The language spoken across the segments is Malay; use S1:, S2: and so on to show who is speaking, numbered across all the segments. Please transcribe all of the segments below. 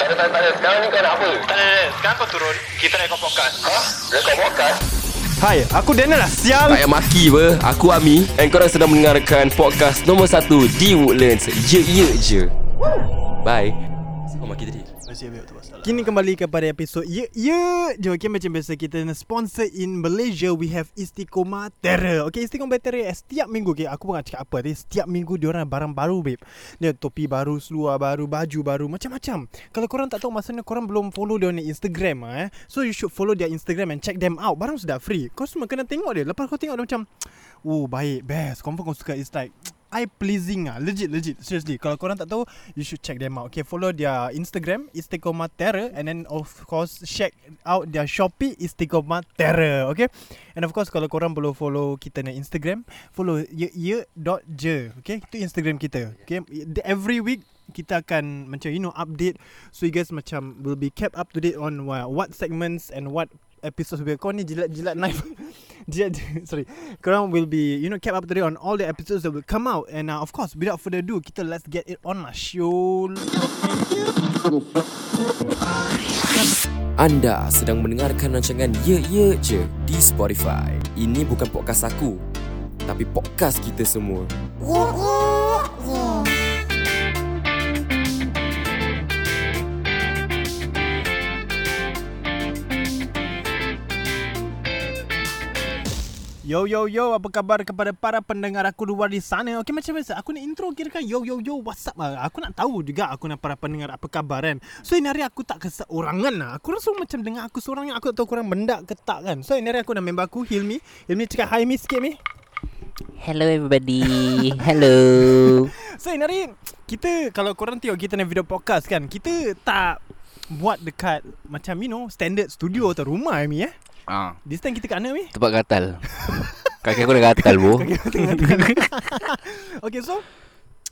S1: ada, tak ada, tak ada. Sekarang ni kau nak apa?
S2: Tak ada, tak ada. Sekarang kau turun Kita nak ikut podcast
S1: Ha? Rekod podcast?
S3: Hai, aku Daniel lah
S4: Tak
S3: sial.
S4: payah maki apa Aku Ami And korang sedang mendengarkan Podcast nombor 1 Di Woodlands Ye ye je Bye Kau maki tadi
S3: Kini kembali kepada episod Ye Ye je Okay macam biasa kita nak sponsor in Malaysia We have Istiqomah Terra Okay Istiqomah Terra eh, Setiap minggu okay, Aku bukan nak cakap apa tapi Setiap minggu diorang ada barang baru babe Dia ada topi baru, seluar baru, baju baru Macam-macam Kalau korang tak tahu maksudnya Korang belum follow dia ni Instagram ah, eh. So you should follow their Instagram And check them out Barang sudah free Kau semua kena tengok dia Lepas kau tengok dia macam Oh baik best Confirm kau suka It's like eye pleasing ah legit legit seriously kalau korang tak tahu you should check them out okay follow their Instagram Istiqomah Terra and then of course check out their Shopee Istiqomah Terra okay and of course kalau korang belum follow kita na Instagram follow ye ye dot je okay itu Instagram kita okay every week kita akan macam you know update so you guys macam will be kept up to date on wha- what segments and what episodes will kau ni jilat-jilat knife jilat sorry korang will be you know kept up to date on all the episodes that will come out and uh, of course without further ado kita let's get it on lah show
S4: Anda sedang mendengarkan rancangan Ye ye je Di Spotify Ini bukan podcast aku Tapi podcast kita semua
S3: Yo yo yo apa khabar kepada para pendengar aku luar di sana Okey macam biasa aku nak intro kira kan yo yo yo what's up lah Aku nak tahu juga aku nak para pendengar apa khabar kan So ini hari aku tak keseorangan lah Aku rasa macam dengar aku seorang yang aku tak tahu korang mendak ke tak kan So ini hari aku nak member aku Hilmi Hilmi cakap hi mi sikit mi
S5: Hello everybody. Hello.
S3: So Inari Kita Kalau korang tengok kita ni video podcast kan Kita tak Buat dekat Macam you know Standard studio atau rumah Ami eh
S5: Ah,
S3: This time kita kat mana Ami?
S5: tempat gatal. Kaki aku dah gatal bu.
S3: Okay so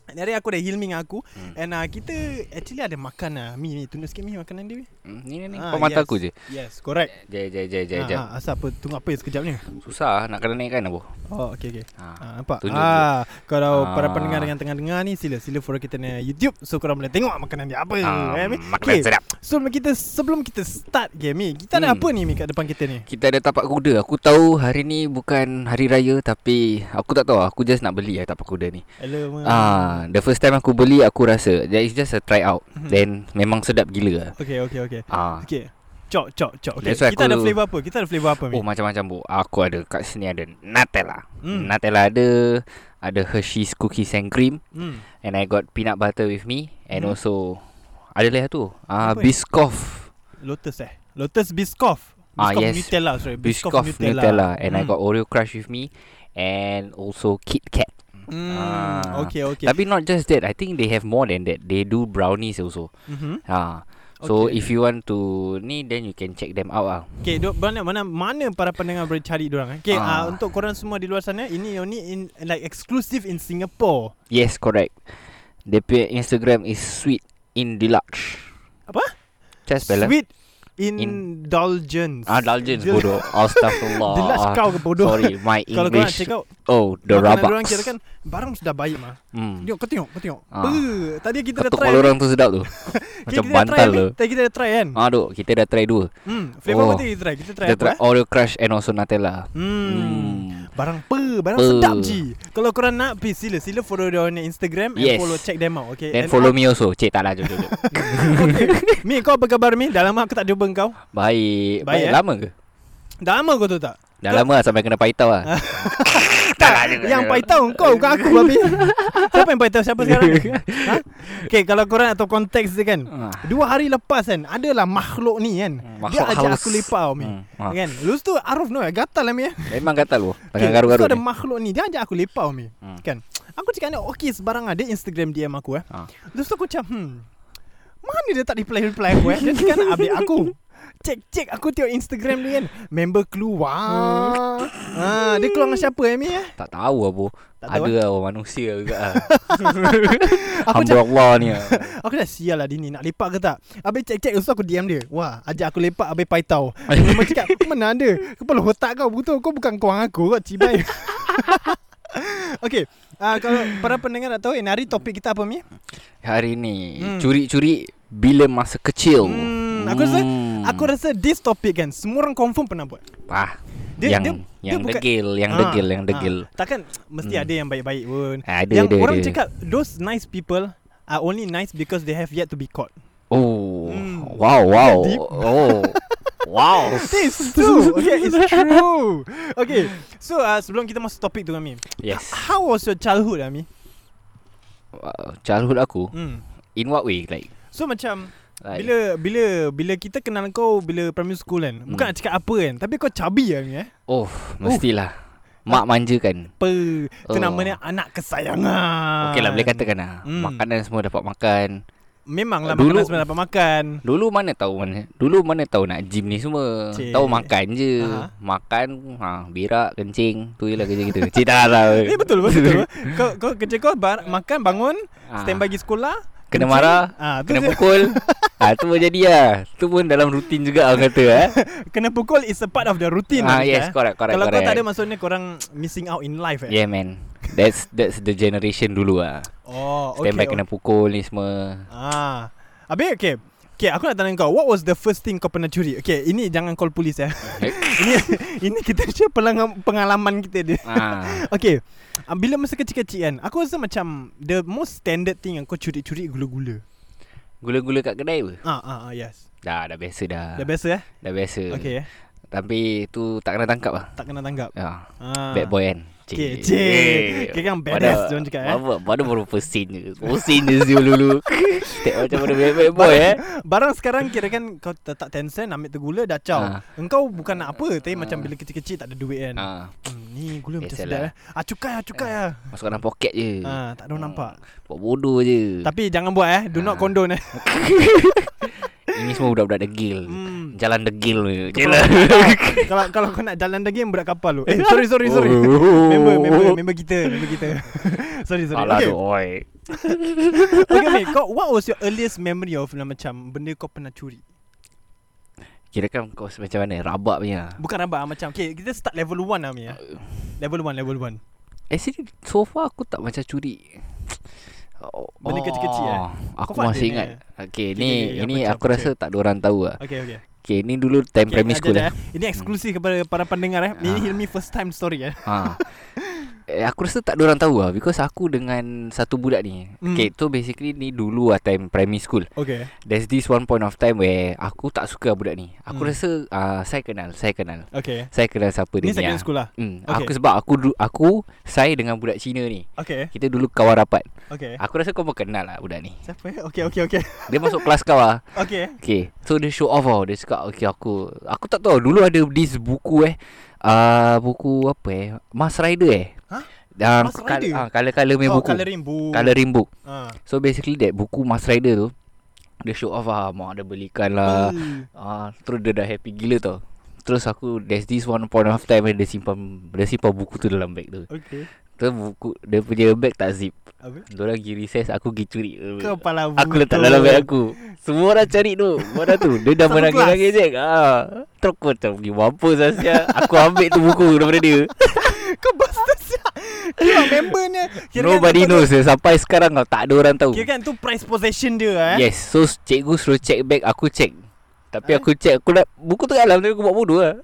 S3: Inari aku dah Hilmi dengan aku hmm. And uh, kita Actually ada makan lah Mi ni tunjuk sikit Mi makanan dia Mi
S5: Hmm, Ni ni ni.
S3: Ah,
S5: Kau mata
S3: yes.
S5: aku je.
S3: Yes correct
S5: Jap jap jap jap jap.
S3: Ah, ah, Asal apa Tunggu apa sekejap ni
S5: Susah nak kena naikkan abu.
S3: Oh okay okay
S5: Ha.
S3: Ah, nampak
S5: Tunjuk,
S3: ah, Kalau
S5: Ah.
S3: para pendengar yang tengah dengar ni Sila sila follow kita ni YouTube So korang boleh tengok makanan dia apa eh, Mi?
S5: Makan
S3: Okay.
S5: Ah, sedap.
S3: So kita sebelum kita start game ni, kita ada
S5: Hmm.
S3: apa ni Mi kat depan kita ni?
S5: Kita ada tapak kuda. Aku tahu hari ni bukan hari raya tapi aku tak tahu. Aku just nak beli lah tapak kuda ni.
S3: Hello.
S5: Ah, the first time aku beli aku rasa that is just a try out.
S3: Mhm.
S5: Then memang sedap gila.
S3: Okay, okay, okay.
S5: Ah.
S3: Okay. Cok, cok, cok. Okay.
S5: That's why
S3: Kita
S5: aku-
S3: ada flavor apa? Kita ada flavor apa Mi?
S5: Oh macam-macam bu. Aku ada kat sini ada Nutella.
S3: Hmm.
S5: Hmm. Nutella ada ada Hershey's cookies and cream
S3: Hmm.
S5: and I got peanut butter with me and
S3: Mhm.
S5: hmm. also ada lah tu. Ah uh,
S3: Apa ni?
S5: Biscoff.
S3: Lotus eh. Lotus Biscoff.
S5: Ah,
S3: Biscoff
S5: yes.
S3: Nutella, sorry.
S5: Biscoff Nutella, Nutella and hmm. I
S3: Hmm.
S5: got Oreo crush with me and also Kit Kat.
S3: Hmm.
S5: Ah.
S3: Okay, okay.
S5: Okay. Tapi not just that, I think they have more than that. They do brownies also.
S3: mm-hmm.
S5: Ha. So
S3: Okay.
S5: okay. if you want to ni then you can check them out ah.
S3: Okay, dok mana mana mana para pendengar boleh cari diorang eh? Okay, ah.
S5: Ah.
S3: untuk korang semua di luar sana, ini only in like exclusive in Singapore.
S5: Yes, correct. Dia punya Instagram is sweet in deluxe.
S3: Apa?
S5: Just balance.
S3: Sweet indulgence.
S5: eh? Ah, indulgence bodoh. Astaghfirullah.
S3: Deluxe kau ke bodoh.
S5: Sorry, my
S3: Kalau korang
S5: English.
S3: check out
S5: Oh, the
S3: Makanan diorang
S5: rabak.
S3: kira kan Barang sudah baik mah
S5: Hmm.
S3: Tengok kau tengok Kau tengok
S5: Ah.
S3: ah. Tadi kita dah
S5: Ketuk
S3: try
S5: kepala orang tu sedap tu.
S3: Okay,
S5: Macam
S3: kita dah try,
S5: bantal
S3: Amin.
S5: tu.
S3: Tadi kita dah try kan
S5: Aduh, kita dah try dua.
S3: hmm, Flavor apa
S5: Oh.
S3: tadi kita try Kita try
S5: Kita
S3: apa
S5: try
S3: eh?
S5: Oreo Crush and also Nutella.
S3: Hmm.
S5: Hmm.
S3: Barang pe Barang
S5: Pe.
S3: sedap je Kalau korang nak Please sila Sila follow dia on Instagram And
S5: Yes.
S3: follow check them out Okay
S5: Then
S3: And
S5: follow me also. Cik tak lah, jom, jom, jom.
S3: up- Mi kau apa khabar Mi Dah lama aku tak jumpa kau
S5: Baik.
S3: Baik,
S5: Baik,
S3: eh?
S5: lama ke?
S3: Dah lama kau tu tak
S5: Dah lama lah sampai kena paitau lah.
S3: Ah.
S5: tak lah. jom, jom,
S3: Yang
S5: jom.
S3: paitau kau Bukan aku babi Siapa yang paitau Siapa sekarang ni? ha? Okay kalau korang nak tahu konteks dia kan
S5: Ah. Hmm,
S3: Dua hari lepas kan Adalah makhluk ni kan Dia
S5: Makhluk
S3: ajak
S5: halus.
S3: aku lepak tau, Mi
S5: Hmm, ah.
S3: Kan Lepas tu Aruf no Gatal lah Mi eh.
S5: Memang gatal tu. Tangan
S3: Okay,
S5: garu-garu
S3: So ada
S5: ni.
S3: makhluk ni Dia ajak aku lepak tau, Mi
S5: Hmm.
S3: Kan Aku cakap ni Okay sebarang lah Dia Instagram DM aku eh
S5: Ah.
S3: Lepas tu aku macam Hmm Mana dia tak reply-reply aku eh Dia cakap nak update aku Cek-cek aku tengok Instagram dia kan Member keluar
S5: Hmm.
S3: ah, Dia keluar dengan siapa eh Mi eh
S5: Tak tahu lah bro
S3: Tak tahu, eh?
S5: Ada lah orang manusia juga lah
S3: Aku
S5: Hamba Allah ni lah.
S3: Aku dah sial lah dia ni Nak lepak ke tak Habis cek-cek Lepas tu aku DM dia Wah ajak aku lepak Habis paitau Memang cakap Mana ada Kepala otak kau Betul kau bukan kawan aku Kau cibai Okay Ah, uh, Kalau para pendengar nak tahu eh, Hari topik kita apa Mi?
S5: Hari ni
S3: Hmm.
S5: Curi-curi Bila masa kecil
S3: Hmm, aku rasa aku rasa this topic kan semua orang confirm pernah buat.
S5: ah,
S3: Dia-
S5: Yang
S3: dia- dia
S5: yang
S3: bukan-
S5: degil Yang
S3: Ah,
S5: degil Yang
S3: ah.
S5: degil
S3: Takkan mesti
S5: Hmm.
S3: ada yang baik-baik pun.
S5: Ada,
S3: yang
S5: ada,
S3: orang
S5: ada.
S3: cakap those nice people are only nice because they have yet to be caught.
S5: Oh
S3: Hmm.
S5: Wow wow
S3: deep.
S5: Oh Wow
S3: It's true. Okay, it's true. Okay, so uh, sebelum kita masuk topik tu Ami,
S5: Yes
S3: how was your childhood Ami?
S5: uh, Childhood aku
S3: Hmm.
S5: In what way Like,
S3: So macam
S5: like
S3: bila bila bila kita kenal kau bila primary school kan. Bukan
S5: Hmm.
S3: nak cakap apa kan, tapi kau cabi Ami eh.
S5: Oh Mestilah Mak manjakan
S3: Apa? Itu
S5: Oh.
S3: namanya anak kesayangan.
S5: Okey lah boleh katakan lah
S3: Hmm.
S5: Makanan semua dapat makan
S3: Memanglah
S5: Dulu-
S3: makanan sebenarnya dapat makan.
S5: Dulu mana tahu mana Dulu mana tahu nak gym ni semua
S3: Cik.
S5: Cik. Tahu makan je
S3: Aha.
S5: Makan ha, Birak Kencing Tu je lah kerja kita Cik lah. tak tahu
S3: Eh betul betul. betul. kau kau kerja kau bar, makan bangun,
S5: Ah.
S3: stand by pergi sekolah,
S5: Kena marah
S3: ah tu
S5: Kena
S3: kena,
S5: pukul ha, Tu pun jadi lah Tu pun dalam rutin juga orang kata eh.
S3: kena pukul is a part of the routine lah
S5: Ah,
S3: kita,
S5: yes,
S3: eh.
S5: correct, correct,
S3: Kalau kau tak
S5: correct.
S3: ada maksudnya kau orang missing out in life eh.
S5: Yeah man That's that's the generation dulu lah
S3: Oh, okay.
S5: Stand by
S3: okay.
S5: kena pukul ni semua
S3: Ah. Abi okay. Okay, aku nak tanya kau, what was the first thing kau pernah curi? Okay, ini jangan call polis ya.
S5: Eh.
S3: ini ini kita share pelangam- pengalaman kita dia.
S5: ha.
S3: Okay uh, Bila masa kecil-kecil kan Aku rasa macam The most standard thing Yang kau curi-curi Gula-gula
S5: Gula-gula kat kedai apa?
S3: Ah ah ah yes
S5: Dah dah biasa dah
S3: Dah biasa eh
S5: Dah biasa
S3: Okay eh
S5: Tapi tu tak kena tangkap lah
S3: Tak kena tanggap
S5: ha.
S3: ah.
S5: Bad boy kan
S3: Cik,
S5: Eh.
S3: cik. Kira kan badass dia orang cakap, eh.
S5: Apa Pada baru first scene je First scene je Zul dulu Tak macam mana bad, bad boy eh
S3: Barang sekarang kira kan Kau letak 10 sen Ambil tu gula Dah caw
S5: Ah.
S3: Engkau bukan nak apa Tapi macam bila kecil-kecil Tak ada duit kan
S5: ha.
S3: hmm, Ni gula macam
S5: Biasalah.
S3: sedap eh Ah cukai ah cukai ah
S5: Masuk dalam poket je
S3: Ah, tak ada orang nampak.
S5: Buat bodoh je
S3: Tapi jangan buat eh Do not
S5: Ah.
S3: condone eh
S5: Ini semua budak-budak degil
S3: Hmm.
S5: Jalan degil je
S3: Kepala-
S5: Jalan
S3: Kalau kalau kau nak jalan daging Berat kapal lu Eh sorry sorry sorry Member member member kita Member kita Sorry sorry
S5: Alah
S3: Okay
S5: tu oi
S3: Okay mate, kau what was your earliest memory of like, macam benda kau pernah curi?
S5: Kira kan kau macam mana Rabak punya
S3: Bukan rabak ah, macam okay, kita start level 1 lah Mia. Level 1, level 1.
S5: Actually so far aku tak macam curi Oh,
S3: Benda kecil-kecil, eh?
S5: Aku
S3: Kau faham
S5: masih
S3: dia
S5: ingat Okay,
S3: eh? Okey, okey,
S5: ni
S3: okey,
S5: Ini
S3: apa,
S5: aku
S3: apa,
S5: rasa tak ada orang tahu lah
S3: Okay, okay.
S5: Okay ni dulu time
S3: okay sekejap,
S5: primary school
S3: sekejap,
S5: eh.
S3: eh. Ini eksklusif kepada para pendengar eh. Ini
S5: Ah.
S3: Hilmi first time story eh.
S5: ha. Eh, aku rasa tak ada orang tahu lah Because aku dengan satu budak ni
S3: Hmm.
S5: mm. Okay so basically ni dulu lah time primary school
S3: Okay.
S5: There's this one point of time where Aku tak suka budak ni
S3: Hmm.
S5: Aku mm. rasa uh, saya kenal Saya kenal
S3: Okay.
S5: Saya kenal siapa
S3: Ini
S5: dia ni
S3: secondary
S5: lah.
S3: school lah. Okay.
S5: Hmm, okay. Aku sebab aku du- aku saya dengan budak Cina ni.
S3: Okay.
S5: Kita dulu kawan rapat.
S3: Okay.
S5: Aku rasa kau pun kenal lah budak ni.
S3: Siapa eh? Okay, okay, okay.
S5: Dia masuk kelas kau lah.
S3: Okay.
S5: Okay So dia show off tau Dia cakap Okay aku Aku tak tahu Dulu ada this buku eh uh, Buku apa eh Mas Rider eh
S3: Hah?
S5: Uh,
S3: Mas Rider?
S5: Ah, color-color punya
S3: oh,
S5: buku
S3: coloring book.
S5: Coloring book
S3: Ah.
S5: So basically that buku Mas Rider tu Dia show off lah Mak dia belikan lah
S3: Oh.
S5: uh, Terus dia dah happy gila tau Terus aku There's this one point of time Dia simpan Dia simpan buku tu dalam beg tu
S3: Okay.
S5: Terus buku Dia punya beg tak zip
S3: Apa?
S5: Diorang pergi recess Aku pergi curi
S3: Kepala
S5: Aku
S3: buta.
S5: letak dalam beg aku Semua orang cari tu Mana tu Dia dah
S3: Satu
S5: menangis-nangis je ah. Terus aku macam pergi mampus lah sial. Aku ambil tu buku daripada dia
S3: Kau bastard siap. Kira membernya. Kira kan
S5: Nobody
S3: kau-
S5: knows dia. Sampai sekarang tau Tak ada orang tahu
S3: Kira kan tu price possession dia eh.
S5: Yes So cikgu suruh check bag Aku check Tapi aku check Aku nak Buku tu kat dalam Tapi aku buat bodoh lah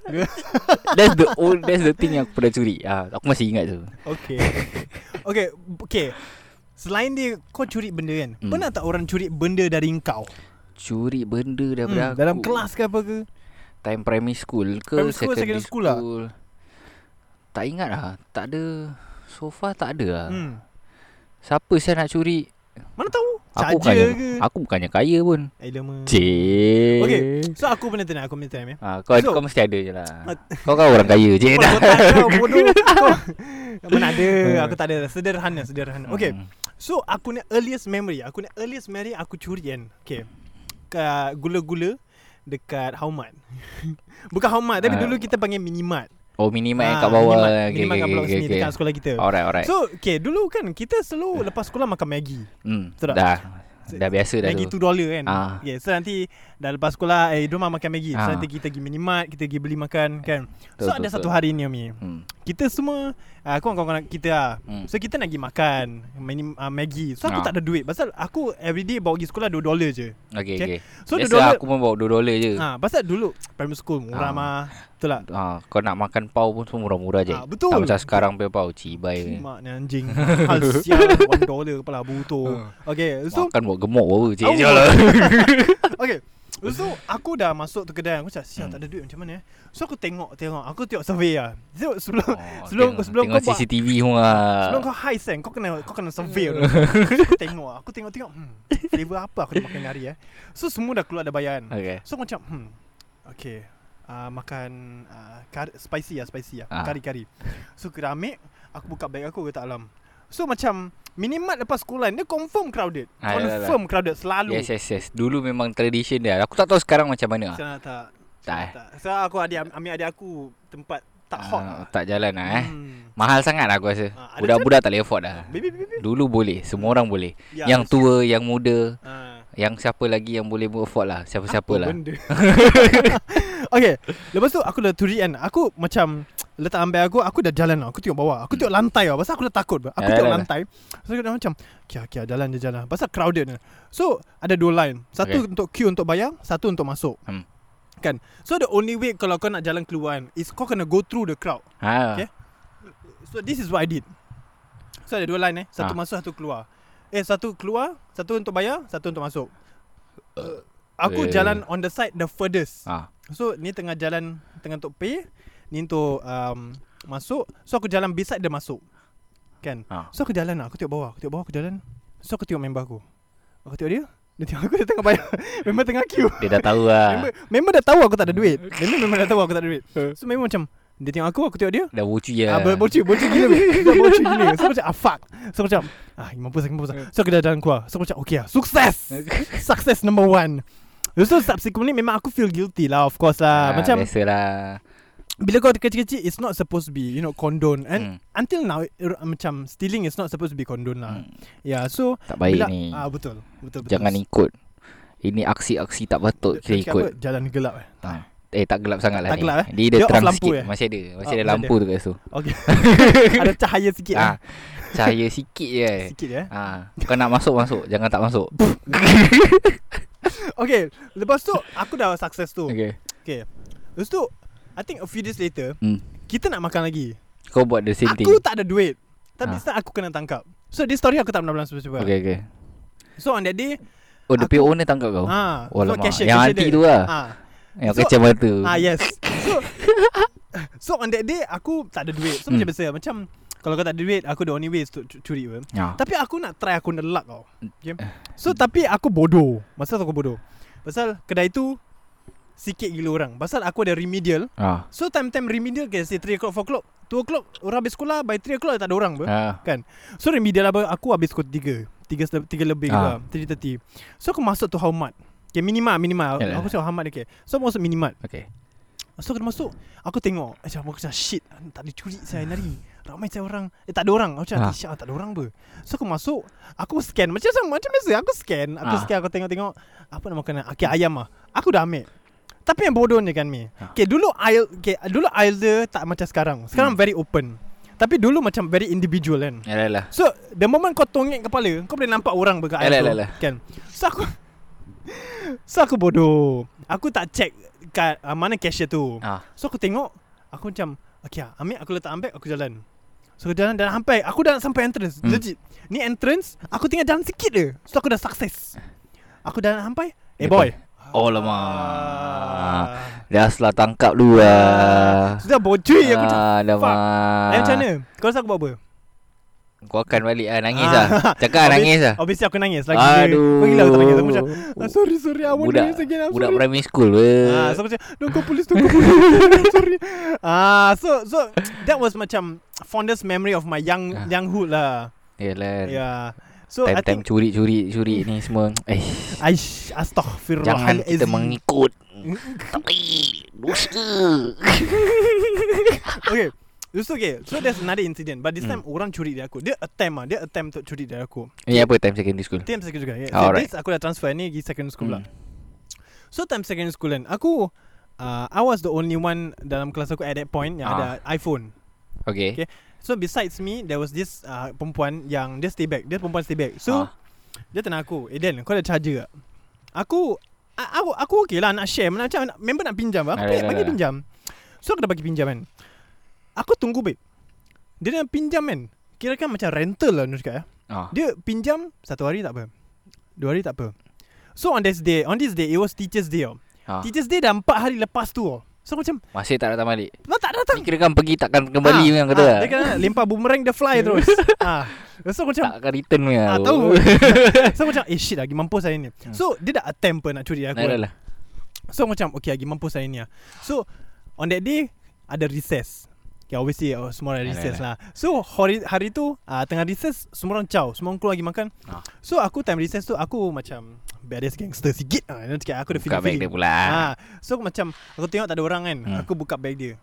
S5: That's the old That's the thing yang aku pernah curi ah, Aku masih ingat tu
S3: Okay Okay Okay Selain dia Kau curi benda kan hmm.
S5: Hmm.
S3: Pernah tak orang curi benda dari kau
S5: Curi benda daripada
S3: hmm,
S5: aku
S3: Dalam kelas ke apa ke
S5: Time primary school ke
S3: Primary school, secondary
S5: secondary
S3: school
S5: school,
S3: lah.
S5: school Tak ingat lah Tak ada So far tak ada lah
S3: hmm.
S5: Siapa saya nak curi
S3: Mana tahu Saja
S5: Aku bukannya
S3: ke
S5: Aku bukannya kaya pun
S3: Eh lama
S5: Cik
S3: Okay So aku pernah tanya Aku pernah tanya ya.
S5: ha, kau,
S3: So-
S5: so, kau mesti ada je lah Kau kan orang kaya je
S3: Kau
S5: dah
S3: tak tahu bodoh Kau- Mana ada Aku tak ada Sederhana Sederhana Okay
S5: Eh. Hmm.
S3: So aku ni earliest memory Aku ni earliest memory Aku curi kan Okay Kat gula-gula Dekat Haumat Bukan Haumat Tapi
S5: Ah.
S3: dulu kita panggil Minimart
S5: Oh minimat
S3: Ah,
S5: yang kat bawah
S3: Minimat,
S5: Okay,
S3: minimat kat
S5: okay,
S3: blok
S5: okay,
S3: sini
S5: okay.
S3: Dekat sekolah kita
S5: Alright alright
S3: So okay dulu kan Kita selalu lepas sekolah makan Maggi
S5: hmm,
S3: sedap.
S5: Dah Dah biasa dah
S3: Maggi
S5: tu
S3: tu dollar kan
S5: Ah.
S3: okay, So nanti Dah lepas sekolah Eh jom lah makan Maggi So
S5: Ah.
S3: nanti kita pergi minimart Kita pergi beli makan kan So
S5: Betul,
S3: ada
S5: betul,
S3: satu
S5: betul.
S3: hari ni Ami
S5: hmm.
S3: Kita semua uh, Aku dengan kawan-kawan kita lah hmm.
S5: Hmm.
S3: So kita nak pergi makan mini, uh, Maggi So aku
S5: Ah.
S3: tak ada duit Pasal aku everyday bawa pergi sekolah 2 dolar je
S5: Okay,
S3: Okay.
S5: okay. okay.
S3: So,
S5: So,
S3: $2
S5: Biasa aku pun bawa 2 dolar je. Ha.
S3: ha, Pasal dulu Primary school murah
S5: Ah.
S3: mah Betul tak?
S5: kau nak makan pau pun semua murah-murah je.
S3: Ah, betul.
S5: Tak macam sekarang punya pau cibai.
S3: Mak ni anjing Hal sial 1 dolar kepala butuh
S5: Ah.
S3: Okay so
S5: Makan buat gemuk apa cik
S3: Oh.
S5: je lah.
S3: Okay So aku dah masuk tu kedai Aku cakap sial
S5: Hmm.
S3: tak ada duit macam mana eh So aku tengok tengok Aku tengok survey lah So sebelum
S5: Oh,
S3: Sebelum-
S5: tengok-
S3: sebelum
S5: tengok
S3: kau buat-
S5: CCTV pun lah.
S3: Sebelum kau high send Kau kena Kau kena survey dulu So, Aku tengok Aku tengok-tengok hmm, Flavor apa aku nak makan hari eh So semua dah keluar dah bayaran
S5: Okay.
S3: So aku macam hmm, Okay uh, Makan uh, kar- Spicy lah Spicy lah
S5: Ah.
S3: Kari-kari So aku dah ambil Aku buka bag aku Aku tak alam So macam Minimat lepas sekolah ni, Dia confirm crowded
S5: Ah, yalah,
S3: Confirm crowded Selalu
S5: Yes, yes, yes. Dulu memang tradition dia. Aku tak tahu sekarang macam mana.
S3: Macam mana tak
S5: Tak eh.
S3: tak. So aku adik ambil adik aku Tempat tak hot lah.
S5: Ah, tak jalan lah eh.
S3: Hmm.
S5: Mahal sangat lah aku rasa.
S3: Ah, ada
S5: Budak-budak tak boleh afford lah.
S3: Baby baby baby
S5: Dulu boleh, semua orang boleh.
S3: Ya,
S5: yang tua, yang muda,
S3: Ah.
S5: yang siapa lagi yang boleh afford lah. Siapa-siapa
S3: Apa
S5: lah.
S3: benda? okay Lepas tu aku dah turi kan Aku macam Letak ambil aku Aku dah jalan tau. Aku tengok bawah Aku tengok lantai tau Pasal aku dah takut Aku
S5: Yalah,
S3: tengok
S5: yalah.
S3: lantai So aku dah macam Kia-kia jalan je jalan Pasal crowded ni So ada dua line Satu
S5: Okay.
S3: untuk queue untuk bayar Satu untuk masuk
S5: Hmm.
S3: Kan So the only way Kalau kau nak jalan keluar kan, Is kau kena go through the crowd
S5: Ha.
S3: Okay. So this is what I did So ada dua line eh Satu
S5: Ah.
S3: masuk satu keluar Eh satu keluar Satu untuk bayar Satu untuk masuk uh, Aku
S5: Eh.
S3: jalan on the side the furthest
S5: Ha.
S3: So ni tengah jalan Tengah untuk pay Ni untuk um, Masuk So aku jalan beside dia masuk Kan
S5: Ah.
S3: So aku jalan lah Aku tengok bawah Aku tengok bawah aku jalan So aku tengok member aku Aku tengok dia Dia tengok aku Dia tengah bayar Member tengah queue
S5: Dia dah tahu lah.
S3: member, member dah tahu aku tak ada duit Member memang dah tahu aku tak ada duit
S5: Eh.
S3: So member macam Dia tengok aku Aku tengok dia
S5: Dah wucu je.
S3: Ah, ber- bocil, bocil gila Dah bocil gila So aku macam, ah fuck So aku macam, ah mampus aku, mampus aku. So aku dah jalan keluar So aku macam, okay lah, sukses Success number one So subsequently memang aku feel guilty lah of course lah
S5: Ah,
S3: Macam
S5: Biasalah.
S3: bila kau kecil-kecil It's not supposed to be you know condone And
S5: Hmm.
S3: until now it, er, Macam stealing is not supposed to be condone lah Yeah so
S5: Tak Hmm. baik
S3: bila,
S5: ni.
S3: ah, Betul betul betul
S5: Jangan ikut. Ini aksi-aksi tak patut
S3: Dia
S5: kita
S3: cakap
S5: ikut.
S3: apa? Jalan gelap eh.
S5: Ha. Eh tak gelap sangat lah
S3: Tak
S5: ni.
S3: gelap, eh?
S5: Dia dah
S3: Dia off
S5: terang
S3: lampu,
S5: sikit.
S3: eh?
S5: Masih ada. Masih
S3: Ah,
S5: ada
S3: masih
S5: lampu tu kat situ.
S3: Okay Ada cahaya sikit
S5: Ah,
S3: ah.
S5: cahaya sikit je.
S3: Sikit eh
S5: Ah, kau nak masuk masuk, jangan tak masuk.
S3: Okay Lepas tu Aku dah sukses tu okay.
S5: Okay.
S3: Lepas tu I think a few days later
S5: Hmm.
S3: Kita nak makan lagi
S5: Kau buat the same thing.
S3: Aku tak ada duit Tapi
S5: Ah.
S3: ha. aku kena tangkap So this story aku tak pernah bilang sebab-sebab
S5: Okay, okay.
S3: So on that day
S5: Oh, the
S3: Aku-
S5: PO ni tangkap kau.
S3: ah,
S5: Oh,
S3: so
S5: alamak. Yang auntie tu lah.
S3: ah.
S5: Yang
S3: so-
S5: kecil mata.
S3: ah yes So So on that day Aku tak ada duit So hmm. macam
S5: Hmm.
S3: biasa Macam Kalau kau tak ada duit Aku the only way is to cu- curi apa
S5: Ya.
S3: Tapi aku nak try Aku nak luck tau okay? So tapi aku bodoh Masa tu aku bodoh Pasal kedai tu Sikit gila orang Pasal aku ada remedial
S5: Ah.
S3: So time-time remedial Kita say 3 o'clock 4 o'clock 2 o'clock Orang habis sekolah By 3 o'clock tak ada orang apa
S5: Ah.
S3: Kan So remedial apa Aku habis pukul 3 3, sele- 3 lebih ha.
S5: Ah.
S3: juga 3.30 So aku masuk tu Haumat Okay minima minima
S5: Yalah.
S3: Aku cakap Haumat okay So aku masuk minimat
S5: Okay.
S3: So aku dah masuk Aku tengok eh, Macam aku macam shit Tak boleh curi saya nari Ramai saya orang Eh tak ada orang Aku
S5: Ah.
S3: cakap Isyak tak ada orang apa So aku masuk Aku scan Macam sama macam biasa Aku scan Aku
S5: Ah.
S3: scan Aku tengok-tengok Apa nak makan Okay ayam lah Aku dah ambil Tapi yang bodoh ni kan Mi
S5: Ah.
S3: Okay dulu aisle okay, Dulu aisle dia Tak macam sekarang
S5: Hmm.
S3: Sekarang very open Tapi dulu macam very individual kan
S5: Yalah, yalah.
S3: So the moment kau tongik kepala Kau boleh nampak orang berkat air
S5: Alah,
S3: tu
S5: alah, alah.
S3: Kan So aku So aku bodoh Aku tak check kat uh, Mana cashier tu
S5: Ah.
S3: So aku tengok Aku macam Okay ah, ambil aku letak ambek Aku jalan So aku jalan dan sampai Aku dah sampai entrance hmm. Legit Ni entrance Aku tinggal jalan sikit je So aku dah sukses Aku dah sampai Eh
S5: Eh,
S3: boy
S5: Oh, lama.
S3: Ah.
S5: Dah selah tangkap dulu lah.
S3: Sudah bocui aku macam
S5: Ah, dah
S3: fuck.
S5: mah.
S3: Eh macam mana? Kau rasa aku buat apa?
S5: Kau akan balik ah nangis
S3: Ah.
S5: ah.
S3: Obvious-
S5: Cakap ah, nangis ah.
S3: Obviously aku nangis lagi
S5: Aduh.
S3: Kau gila aku tak nangis Aku macam ah, Sorry sorry I want
S5: budak
S3: to do this again I'm
S5: budak
S3: sorry.
S5: primary school. weh.
S3: Ah, so macam Don't go police Don't go police I'm sorry Ah, So so That was macam Fondest memory of my young
S5: Ah.
S3: Younghood lah
S5: Yalah.
S3: Yeah So I
S5: Ya Time-time
S3: think
S5: curi-curi curi ni semua. Eh.
S3: Aish
S5: Jangan kita
S3: Astaghfirullahalazim
S5: mengikut Tak baik Dosa
S3: Okay It's okay So there's another incident But
S5: Hmm.
S3: this time Orang curi dia aku Dia attempt lah Dia attempt untuk curi dia aku
S5: Ni Ya, apa time secondary school
S3: Time secondary school yeah. So
S5: Alright.
S3: this aku dah transfer Ni pergi secondary school
S5: Hmm.
S3: lah So time secondary school kan Aku uh, I was the only one Dalam kelas aku at that point Yang
S5: Ah.
S3: ada iPhone
S5: Okay.
S3: Okay. So besides me There was this uh, Perempuan yang Dia stay back Dia perempuan stay back So
S5: Ah.
S3: Dia tanya aku Eh Dan kau ada charger tak Aku a- Aku aku okay lah Nak share Macam nak- member nak pinjam Aku
S5: Dah,
S3: bagi,
S5: dah,
S3: bagi
S5: dah.
S3: pinjam So aku dah bagi pinjam kan Aku tunggu babe Dia dah pinjam kan Kira kan macam rental lah Nur cakap ya.
S5: Ah.
S3: Dia pinjam Satu hari tak apa Dua hari tak apa So on this day On this day It was teacher's day oh.
S5: Ah.
S3: Teacher's day dah empat hari lepas tu oh. So macam
S5: Masih tak datang balik.
S3: "Lah, Tak datang
S5: Ni kira kan pergi takkan kembali
S3: Ah,
S5: yang kata. lah.
S3: ah, Dia kena lempar boomerang Dia fly terus ah. So aku macam
S5: Takkan return punya.
S3: Ah, tahu So aku macam Eh shit lagi mampus saya ni So dia dah attempt pun Nak curi aku
S5: Nah, dah Ah. lah.
S3: So aku macam Okay lagi mampus saya ni lah. So On that day Ada recess Okay obviously oh, Semua orang
S5: Dah, dah,
S3: recess lah So hari, hari tu ah, Tengah recess Semua orang caw Semua orang keluar pergi makan
S5: Ah.
S3: So aku time recess tu Aku macam Badass gangster sikit ah, Dia cakap, Aku dah
S5: Buka beg dia
S3: feeling-feeling ah.
S5: pula.
S3: So aku macam Aku tengok tak ada orang kan
S5: Hmm.
S3: Aku buka bag dia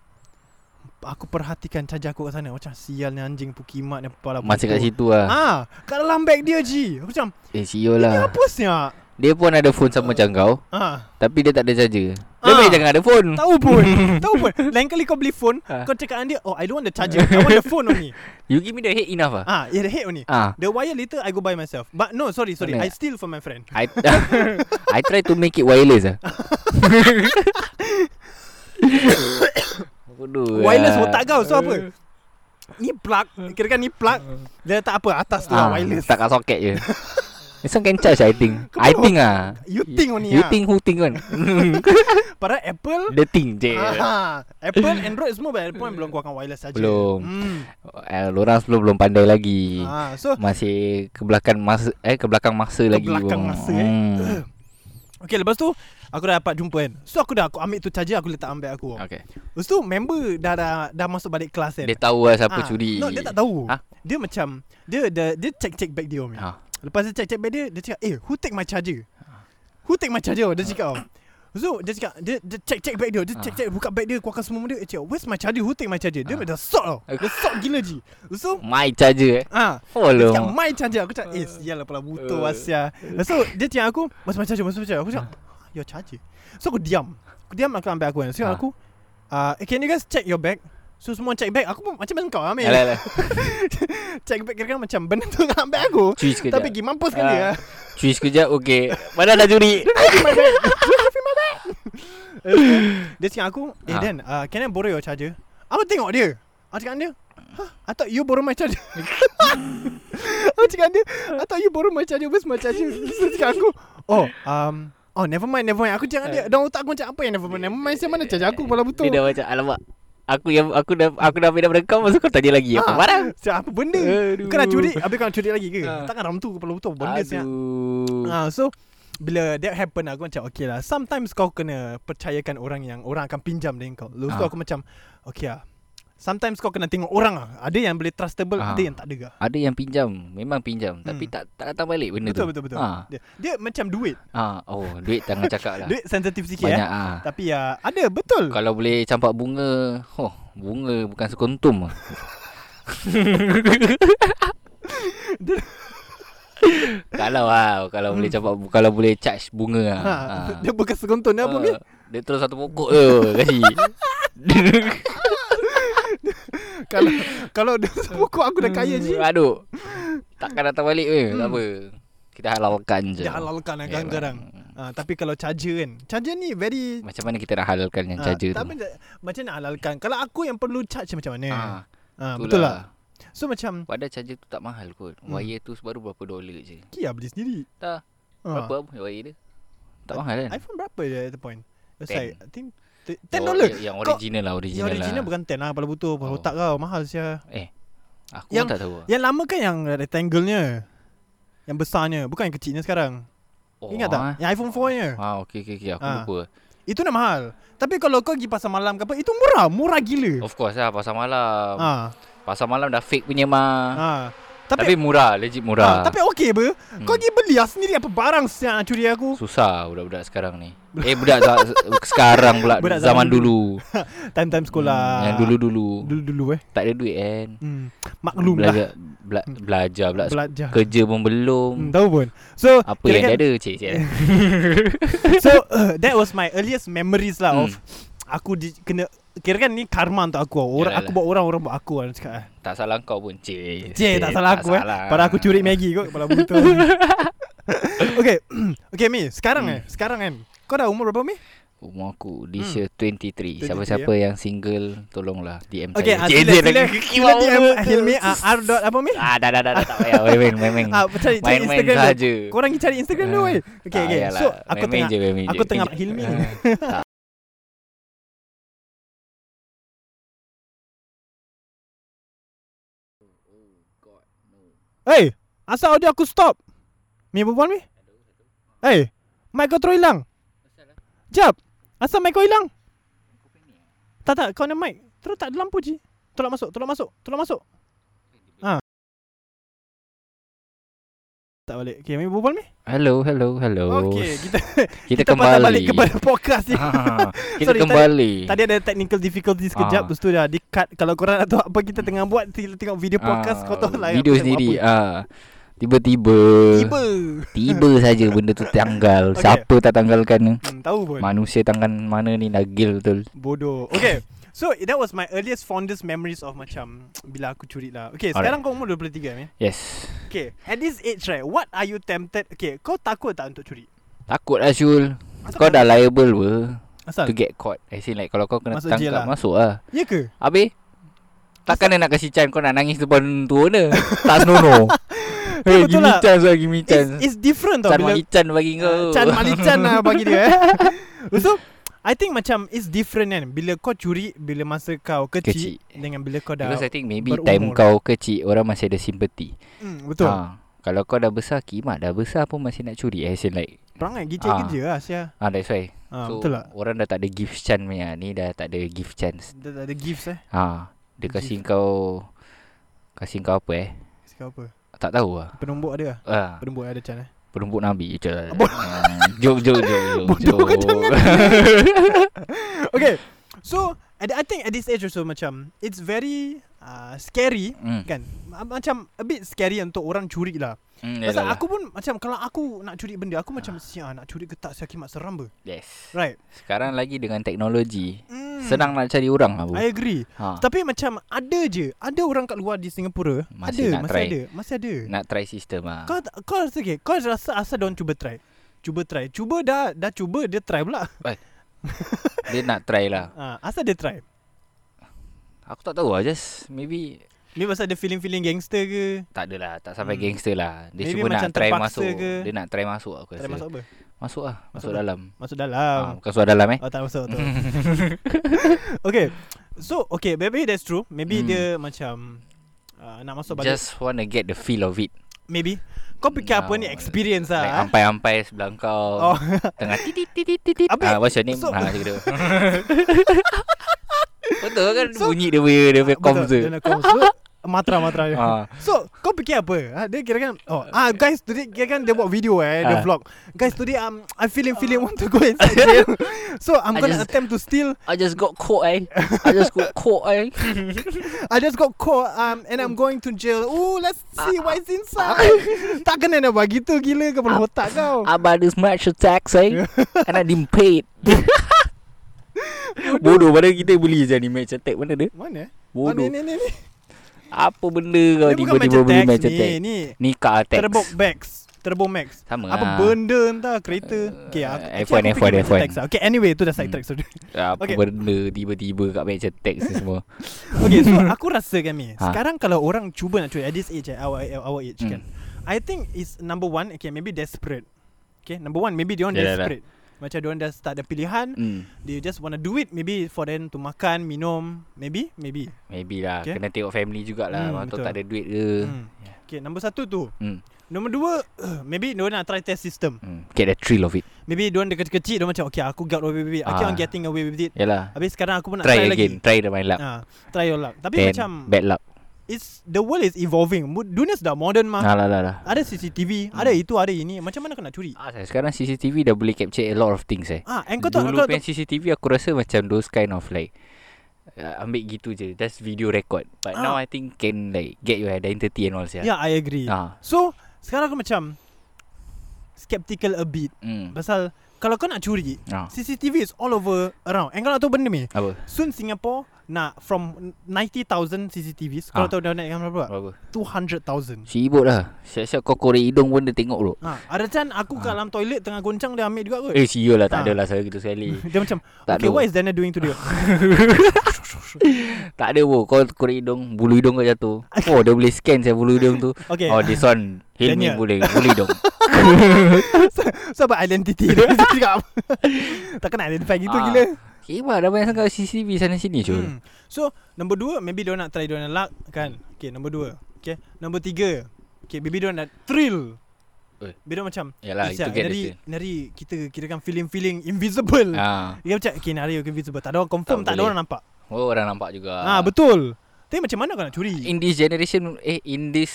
S3: Aku perhatikan charger aku kat sana Macam sial ni anjing Pukimat ni kepala
S5: Masih kat
S3: putus.
S5: situ lah.
S3: Ah, kat dalam bag dia je. Aku macam,
S5: Eh, siol
S3: ni
S5: lah.
S3: apa siap?
S5: Dia pun ada phone sama macam kau.
S3: Ah,
S5: Tapi dia tak ada charger. Dia
S3: Ah.
S5: boleh jangan ada phone.
S3: tahu pun. tahu pun. Lain kali kau beli phone,
S5: Ah.
S3: kau cakap dengan dia, "Oh, I don't want the charger. I want the phone only."
S5: You give me the head enough ah.
S3: Ah, yeah, the head only.
S5: Ah.
S3: The wire later I go buy myself. But no, sorry, sorry.
S5: Boleh
S3: I
S5: tak?
S3: steal from my friend.
S5: I I try to make it wireless ah. Bodoh.
S3: Wireless
S5: lah.
S3: otak kau, so apa? Ni plug, kira kan ni plug. Dia letak apa atas tu lah wireless.
S5: Ah, Tak kat soket je. This one can charge I think. I think ah.
S3: You think only
S5: You
S3: ah.
S5: think who think kan?
S3: Para Apple
S5: The think je.
S3: Ah, Apple, Android semua by Apple belum keluarkan wireless charger.
S5: Belum.
S3: Hmm.
S5: Eh, orang sebelum belum pandai lagi.
S3: Ah, so
S5: Masih ke belakang masa eh ke belakang masa lagi.
S3: belakang
S5: bang. Hmm.
S3: masa, eh. Okay lepas tu Aku dah dapat jumpa kan So aku dah aku ambil tu charger Aku letak ambil aku
S5: Okay.
S3: Lepas tu member dah, dah dah masuk balik kelas kan
S5: Dia tahu lah siapa
S3: Ah,
S5: curi.
S3: No dia tak tahu
S5: Ha?
S3: Dia macam Dia dia, dia check-check bag dia ha.
S5: Ah.
S3: Lepas dia check-check bag dia Dia cakap Eh who take my charger Who take my charger Dia cakap oh. So dia cakap Dia, dia check-check bag dia Dia check-check buka bag dia Keluarkan semua benda Dia cakap Where's my charger Who take my charger
S5: Ah.
S3: Dia dah sort tau Dia sort gila je Lepas tu
S5: My charger eh.
S3: Ah,
S5: Oh
S3: dia cakap
S5: lo.
S3: my charger Aku cakap Eh sial lah pala butuh
S5: Uh.
S3: Asia Lepas tu dia tengok aku Masuk my charger Masuk my charger Aku cakap Your charger So aku diam Aku diam aku ambil aku kan So
S5: Ah.
S3: aku uh, Can you guys check your bag So semua check bag Aku pun macam macam kau Amir
S5: Alah alah.
S3: Check bag kira-kira macam Benda tu nak ambil aku
S5: Curi sekejap.
S3: Tapi pergi mampus sekali
S5: Ah.
S3: lah
S5: Curi sekejap okay. Mana dah curi?
S3: Dia cakap aku Eh
S5: Ah.
S3: Dan uh, Can I borrow your charger Aku tengok dia Aku cakap dengan dia Huh, I thought you borrow my charger Aku cakap dengan dia I thought you borrow my charger Where's my charger Dia cakap aku Oh um, Oh never mind never mind Aku cakap dengan dia Dalam otak aku macam Apa yang never mind Never mind Siapa mana charger aku Kepala butuh
S5: Dia dah macam alamak. Aku yang aku dah aku dah ambil daripada kau masa kau tanya lagi apa
S3: Ah,
S5: barang.
S3: siap, Apa benda
S5: Aduh.
S3: Kau nak curi Habis kau nak curi lagi ke
S5: Ah.
S3: Takkan ram tu Kepala butuh Benda siap
S5: Aduh.
S3: Ah, so bila that happen aku macam okay lah Sometimes kau kena percayakan orang yang Orang akan pinjam dengan kau Lepas tu
S5: Ah.
S3: aku macam Okay lah Sometimes kau kena tengok orang lah Ada yang boleh trustable
S5: Ah.
S3: Ada yang tak ada lah
S5: Ada yang pinjam, memang pinjam tapi tak tak datang balik benda
S3: Hmm. Betul
S5: tu.
S3: betul betul
S5: Ah.
S3: dia, dia macam duit
S5: Ah, oh, duit jangan cakap lah.
S3: Duit sensitif sikit
S5: Banyak
S3: eh
S5: ah.
S3: Tapi ya ada betul
S5: Kalau boleh campak bunga Oh bunga bukan sekuntum ah. Kalau ah Kalau boleh campak Kalau boleh charge bunga ah.
S3: Hmm. ha,
S5: Ah.
S3: Dia bukan sekuntum dia apa
S5: Ah,
S3: ni
S5: Dia terus satu pokok je Kasi
S3: Kalau kalau dia sepukul aku
S5: Hmm,
S3: dah kaya je Hmm.
S5: Aduh Takkan datang balik ke Tak apa Kita halalkan je
S3: Dia halalkan lah
S5: Ya,
S3: kadang-kadang Ah, Tapi kalau charger kan Charger ni very
S5: Macam mana kita nak halalkan yang
S3: ah,
S5: charger tu
S3: tapi tak- Macam nak halalkan Kalau aku yang perlu charge macam mana
S5: Ah,
S3: Ah,
S5: itulah.
S3: Betul lah Hmm. So macam
S5: Padahal charger tu tak mahal kot Wire tu baru berapa dolar je
S3: Kia beli sendiri
S5: Tak
S3: Ah.
S5: Berapa apa wire dia Tak mahal kan
S3: iPhone berapa je at the point? It's
S5: Ten.
S3: like I think t- 10
S5: Oh,
S3: dollar.
S5: yang- Yang
S3: Kau-
S5: original lah
S3: Yang
S5: Original,
S3: original
S5: lah.
S3: bukan 10 lah Kepala butuh Kepala
S5: Oh.
S3: otak kau Mahal sia
S5: Eh Aku
S3: Yang-
S5: yang, pun tak tahu
S3: Yang lama kan yang rectangle-nya Yang besarnya Bukan yang kecilnya sekarang
S5: oh,
S3: Ingat tak?
S5: ah.
S3: Yang iPhone 4-nya
S5: Ah, okay, okay, okay. Aku
S3: Ah.
S5: lupa
S3: Itu dah mahal Tapi kalau kau pergi pasar malam ke apa Itu murah Murah gila
S5: Of course lah Pasar malam
S3: ha.
S5: Pasar malam dah fake punya mah
S3: ha.
S5: Ah. Tapi,
S3: Tapi,
S5: murah Legit
S3: tapi ha,
S5: murah Hmm.
S3: Tapi okey apa Kau pergi beli lah sendiri Apa barang siang nak curi aku
S5: Susah budak-budak sekarang ni Eh budak za- sekarang pula
S3: Budak
S5: budak
S3: zaman lah.
S5: zaman, dulu,
S3: Time-time sekolah
S5: Hmm, Yang dulu-dulu
S3: Dulu-dulu eh
S5: Tak ada duit kan
S3: hmm. Maklum lah
S5: Belajar bela, Belajar pula
S3: Belajar
S5: Kerja pun belum
S3: hmm, Tahu pun So
S5: Apa
S3: kira
S5: yang
S3: kan-
S5: dia ada cik, cik. Hmm.
S3: So uh, that was my earliest memories lah of Aku di, kena Kira kan ni karma untuk aku Orang
S5: Yalah,
S3: aku
S5: lah.
S3: buat orang Orang buat aku Orang cakap ah.
S5: Tak salah kau pun Cik
S3: Cik tak salah aku eh Padahal aku
S5: Ah.
S3: curi Maggi kot Kepala buta Okay Okay Mi Sekarang eh
S5: Hmm.
S3: Sekarang kan Kau dah umur berapa Mi?
S5: Umur aku
S3: Hmm.
S5: This year
S3: 23,
S5: 23 Siapa-siapa yang single Tolonglah DM
S3: eh. Okay ah, Sila
S5: saya Cik,
S3: Sila
S5: dia-
S3: Sila DM Hilmi ah, R dot apa Mi?
S5: Ah dah dah dah dah, tak payah Main-main main-main
S3: Ah, cari, cari
S5: Main-main
S3: Instagram dia.
S5: saja.
S3: Korang pergi cari Instagram dulu eh. Okay,
S5: Ah,
S3: okay.
S5: yalah.
S3: So, aku
S5: Main-main
S3: tengah
S5: je, main-main
S3: aku
S5: je.
S3: tengah Hilmi.
S5: Ah.
S3: Hey, asal audio aku stop? Mi berbual Mi? Hey, mic kau terus hilang. Jap, asal mic kau hilang? Tak tak, kau ada mic. Terus tak ada lampu je. Tolak masuk, tolak masuk, tolak masuk. Ha. Tak balik. Okay, Mi berbual Mi?
S5: Hello, hello, hello.
S3: Okay, kita
S5: kita,
S3: kita patah
S5: kembali.
S3: balik kepada podcast ni.
S5: Ah, kita
S3: Sorry, tadi-
S5: kembali.
S3: Tadi ada technical difficulties sekejap
S5: Ah.
S3: Lepas tu dah di cut Kalau korang nak tahu apa kita tengah buat Kita tengok video podcast kau tahu lah
S5: Ah, Video
S3: kita buat
S5: sendiri.
S3: apa.
S5: Ah. Tiba-tiba
S3: Tiba
S5: Tiba saja benda tu tanggal
S3: Okay.
S5: Siapa tak tanggalkan ni
S3: hmm, Tahu pun
S5: Manusia tangan mana ni Nagil betul
S3: Bodoh Okay So that was my earliest fondest memories of macam Bila aku curi lah Okay
S5: Alright.
S3: sekarang kau umur 23 kan
S5: Yes
S3: Okay At this age right What are you tempted Okay kau takut tak untuk curi
S5: Takut lah Syul
S3: Asal
S5: Kau
S3: kau-
S5: dah liable apa
S3: Asal
S5: To get caught As in like Kalau kau kena
S3: Masuk
S5: masuk
S3: jail lah.
S5: tangkap Masuk lah
S3: Ya ke
S5: Habis Takkan dia nak kasi chance Kau nak nangis depan tu dia Tak senonoh Hey,
S3: betul
S5: give me
S3: lah.
S5: chance lah Give me chance
S3: It's, it's different tau
S5: Chan
S3: bila Ah,
S5: Mak Ichan bagi kau
S3: Chan Mali Chan lah bagi dia eh. So I think macam It's different kan Bila kau curi Bila masa kau kecil,
S5: Kecil.
S3: Dengan bila kau dah
S5: Because I think maybe
S3: berumur.
S5: time kau kecil Orang masih ada simpati
S3: hmm, Betul ha.
S5: ha. Kalau kau dah besar Kimak dah besar pun masih nak curi As in like
S3: Perangai gicik
S5: Ah.
S3: kerja lah Asia
S5: Ah, that's why
S3: ha,
S5: so,
S3: so, Betul tak
S5: Orang dah tak ada gift chance punya Ni dah tak ada gift chance
S3: Dah tak ada gifts eh
S5: ha. Dia
S3: Gift.
S5: kasih kau Kasih kau apa eh
S3: Kasi kau apa
S5: Tak tahu lah
S3: Penombok ada lah
S5: Ah,
S3: Penombok ada Chan eh
S5: penumbuk Nabi je. Hmm, Jom, jom, jom, jom.
S3: Bodoh
S5: jom.
S3: ke jangan. Okay So at, I think at this age also macam It's very uh, Scary
S5: Hmm.
S3: Kan Ma- Macam A bit scary untuk orang curi lah
S5: Hmm, yalah
S3: Pasal
S5: lah.
S3: aku pun Macam kalau aku nak curi benda Aku macam Sia nak curi ke tak Sia kimak seram ber
S5: Yes.
S3: Right
S5: Sekarang lagi dengan teknologi.
S3: Hmm.
S5: Senang nak cari orang lah. Bu.
S3: I agree
S5: Ha.
S3: Tapi macam ada je Ada orang kat luar di Singapura
S5: Masih
S3: Ada
S5: nak
S3: Masih
S5: try.
S3: ada Masih ada
S5: Nak try sistem lah.
S3: Kau tak- kau rasa okay, Kau rasa asal don't cuba try Cuba try Cuba dah Dah cuba dia try pula
S5: Dia nak try lah.
S3: ha, Asal dia try
S5: Aku tak tahu lah. Just maybe
S3: Ni pasal dia feeling-feeling gangster ke
S5: tak adalah tak sampai
S3: Hmm.
S5: hmm. gangster lah dia
S3: Maybe
S5: Maybe cuma
S3: macam
S5: nak try
S3: terpaksa
S5: masuk
S3: ke?
S5: ke? dia nak try masuk aku rasa
S3: Try masuk apa
S5: masuk lah masuk,
S3: Masuk apa?
S5: dalam
S3: Masuk
S5: um.
S3: dalam
S5: bukan suara dalam eh
S3: Oh tak masuk tu Okay So okay Maybe that's true Maybe
S5: Hmm.
S3: dia macam uh, Nak masuk balik
S5: just want to get the feel of it
S3: Maybe Kau fikir apa ni
S5: Now,
S3: Experience lah
S5: like
S3: ah.
S5: ampai-ampai sebelah kau
S3: Oh
S5: tengah titit titit titit
S3: Habis,
S5: ah what's your name
S3: so-
S5: ah gitu betul kan
S3: So-
S5: bunyi dia punya dia punya comms tu
S3: Betul, dia nak comms. So, Matra-matra dia
S5: ah
S3: So kau fikir apa? Ha, dia kira kan oh, ah guys today kira kan dia buat video eh, dia
S5: Ah.
S3: vlog. Guys today um I feeling feeling want to go inside jail. So I'm
S5: I
S3: gonna
S5: just-
S3: attempt to steal.
S5: I just got caught eh I just got caught eh
S3: I just got caught um and I'm going to jail. Ooh let's see
S5: Ah,
S3: what's inside. tak kena nak bagi tu gila kepala
S5: Ah,
S3: otak kau.
S5: I buy this much tax eh and I didn't pay it Bodoh padahal kita beli je ni match attack mana dia
S3: Mana? eh? Oh,
S5: Bodoh
S3: ni ni ni. ni.
S5: Apa benda kau
S3: Dia bukan
S5: tiba-tiba
S3: macam
S5: beli
S3: tax
S5: macam
S3: ni.
S5: tag
S3: Ni
S5: Ni car tax
S3: turbo max. Turbo max.
S5: Sama
S3: Apa
S5: lah
S3: benda entah kereta.
S5: Uh,
S3: Okay, aku,
S5: F1,
S3: actually aku fikir
S5: F1.
S3: macam tax lah. Okay, anyway tu dah
S5: Hmm.
S3: side track sudah.
S5: Apa
S3: Okay.
S5: benda tiba-tiba kat macam tax ni semua
S3: Okay so aku rasa kan ni
S5: Ha. Hmm.
S3: Sekarang kalau orang cuba nak cuba At this age eh, our, our age kan I think is number one Okay maybe desperate Okay number one Maybe dia orang
S5: Yalah, yalah.
S3: desperate Macam dia orang dah start ada pilihan
S5: Ya, hmm.
S3: They just wanna do it Maybe for them to makan Minum Maybe Maybe
S5: Maybe lah
S3: Okay.
S5: Kena tengok family jugalah
S3: Hmm,
S5: hmm, Atau
S3: betul.
S5: tak ada duit ke
S3: hmm. Okay number satu tu
S5: hmm.
S3: Nombor dua uh, Maybe dia orang nak try test system
S5: Hmm. Get the thrill of it
S3: Maybe dia orang kecil-kecil Dia orang macam Okay aku got away with it Okay
S5: Ah.
S3: I'm getting away with it
S5: Yalah
S3: Habis sekarang aku pun nak try,
S5: Try, again
S3: lagi
S5: Try the my luck
S3: ha, Try your luck Tapi
S5: Then
S3: macam
S5: Bad luck
S3: it's The world is evolving Mu- Dunia sudah modern mah
S5: ah. lah lah lah
S3: Ada CCTV, hmm. ada itu, ada ini. Macam mana kau nak curi?
S5: ah, saya Sekarang CCTV dah boleh capture a lot of things eh
S3: Ah, and kau tak kau
S5: Dulu punya
S3: tak
S5: CCTV aku rasa macam those kind of like uh, Ambil gitu je Just video record
S3: Ah.
S5: But
S3: Ya.
S5: now I think can like Get your identity and all sia
S3: Yeah, I agree.
S5: Ah.
S3: So, sekarang aku macam skeptical a bit
S5: Hmm.
S3: Pasal Kalau kau nak curi
S5: Ah.
S3: CCTV is all over around And kau nak tahu benda ni
S5: Apa?
S3: Soon Singapore Nak from 90,000 CCTVs Kalau
S5: Ah.
S3: tahu dah naikkan berapa
S5: Apa?
S3: 200,000
S5: Sibuk lah. Siap-siap kau korek hidung pun dia tengok bro.
S3: Ha, ada can aku kat dalam toilet tengah goncang dia ambil juga kot.
S5: Eh siul lah tak
S3: Ah.
S5: adalah saya gitu sekali.
S3: Dia macam
S5: Tak
S3: Okay
S5: ada.
S3: what is Dana doing to dia
S5: tak ada bro. Kau korek hidung, bulu hidung kau jatuh. Oh dia boleh scan saya bulu hidung tu.
S3: Okay.
S5: Oh this one Hilmi
S3: Daniel.
S5: boleh bulu hidung.
S3: So apa identity dia Dia cakap apa? Takkan nak identify gitu
S5: Ah.
S3: gila
S5: Kibar dah banyak sangat CCTV sana sini cuy.
S3: hmm. So number dua Maybe dia nak try dia nak luck Kan Okay number dua Okay Number tiga Okay maybe dia nak thrill
S5: Oi.
S3: Maybe dia macam
S5: Yalah,
S3: eh,
S5: itu
S3: siap,
S5: get
S3: Nari,
S5: thrill.
S3: nari kita kirakan feeling-feeling invisible
S5: Ah.
S3: Dia macam Okay nari you invisible Tak ada orang confirm Tak,
S5: Tak
S3: ada
S5: boleh.
S3: orang nampak
S5: Oh orang nampak juga.
S3: Ah betul Tapi macam mana kau nak curi
S5: In this generation eh in this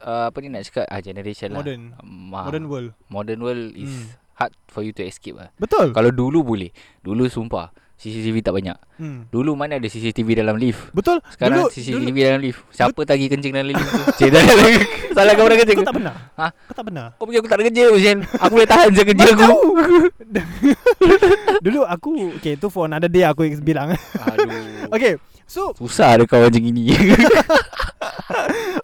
S5: uh, apa ni nak cakap ah generation
S3: Modern.
S5: lah. Um, ah,
S3: Modern world
S5: Modern world is
S3: Hmm.
S5: hard for you to escape lah.
S3: Betul
S5: Kalau dulu boleh. Dulu sumpah CCTV tak banyak.
S3: hmm.
S5: Dulu mana ada CCTV dalam lift?
S3: Betul
S5: Sekarang
S3: dulu,
S5: CCTV
S3: dulu,
S5: dalam lift. Siapa tagi kencing dalam lift tu? Cik, dah- dah- dah- Salah kau orang kerja.
S3: Kau
S5: ke?
S3: tak pernah
S5: Ha?
S3: Kau tak pernah
S5: Kau fikir aku tak ada kerja Ujian Aku boleh tahan je kerja aku
S3: Dulu aku Okay tu for another day aku ex- bilang
S5: Aduh
S3: Okay So
S5: Susah ada kau macam gini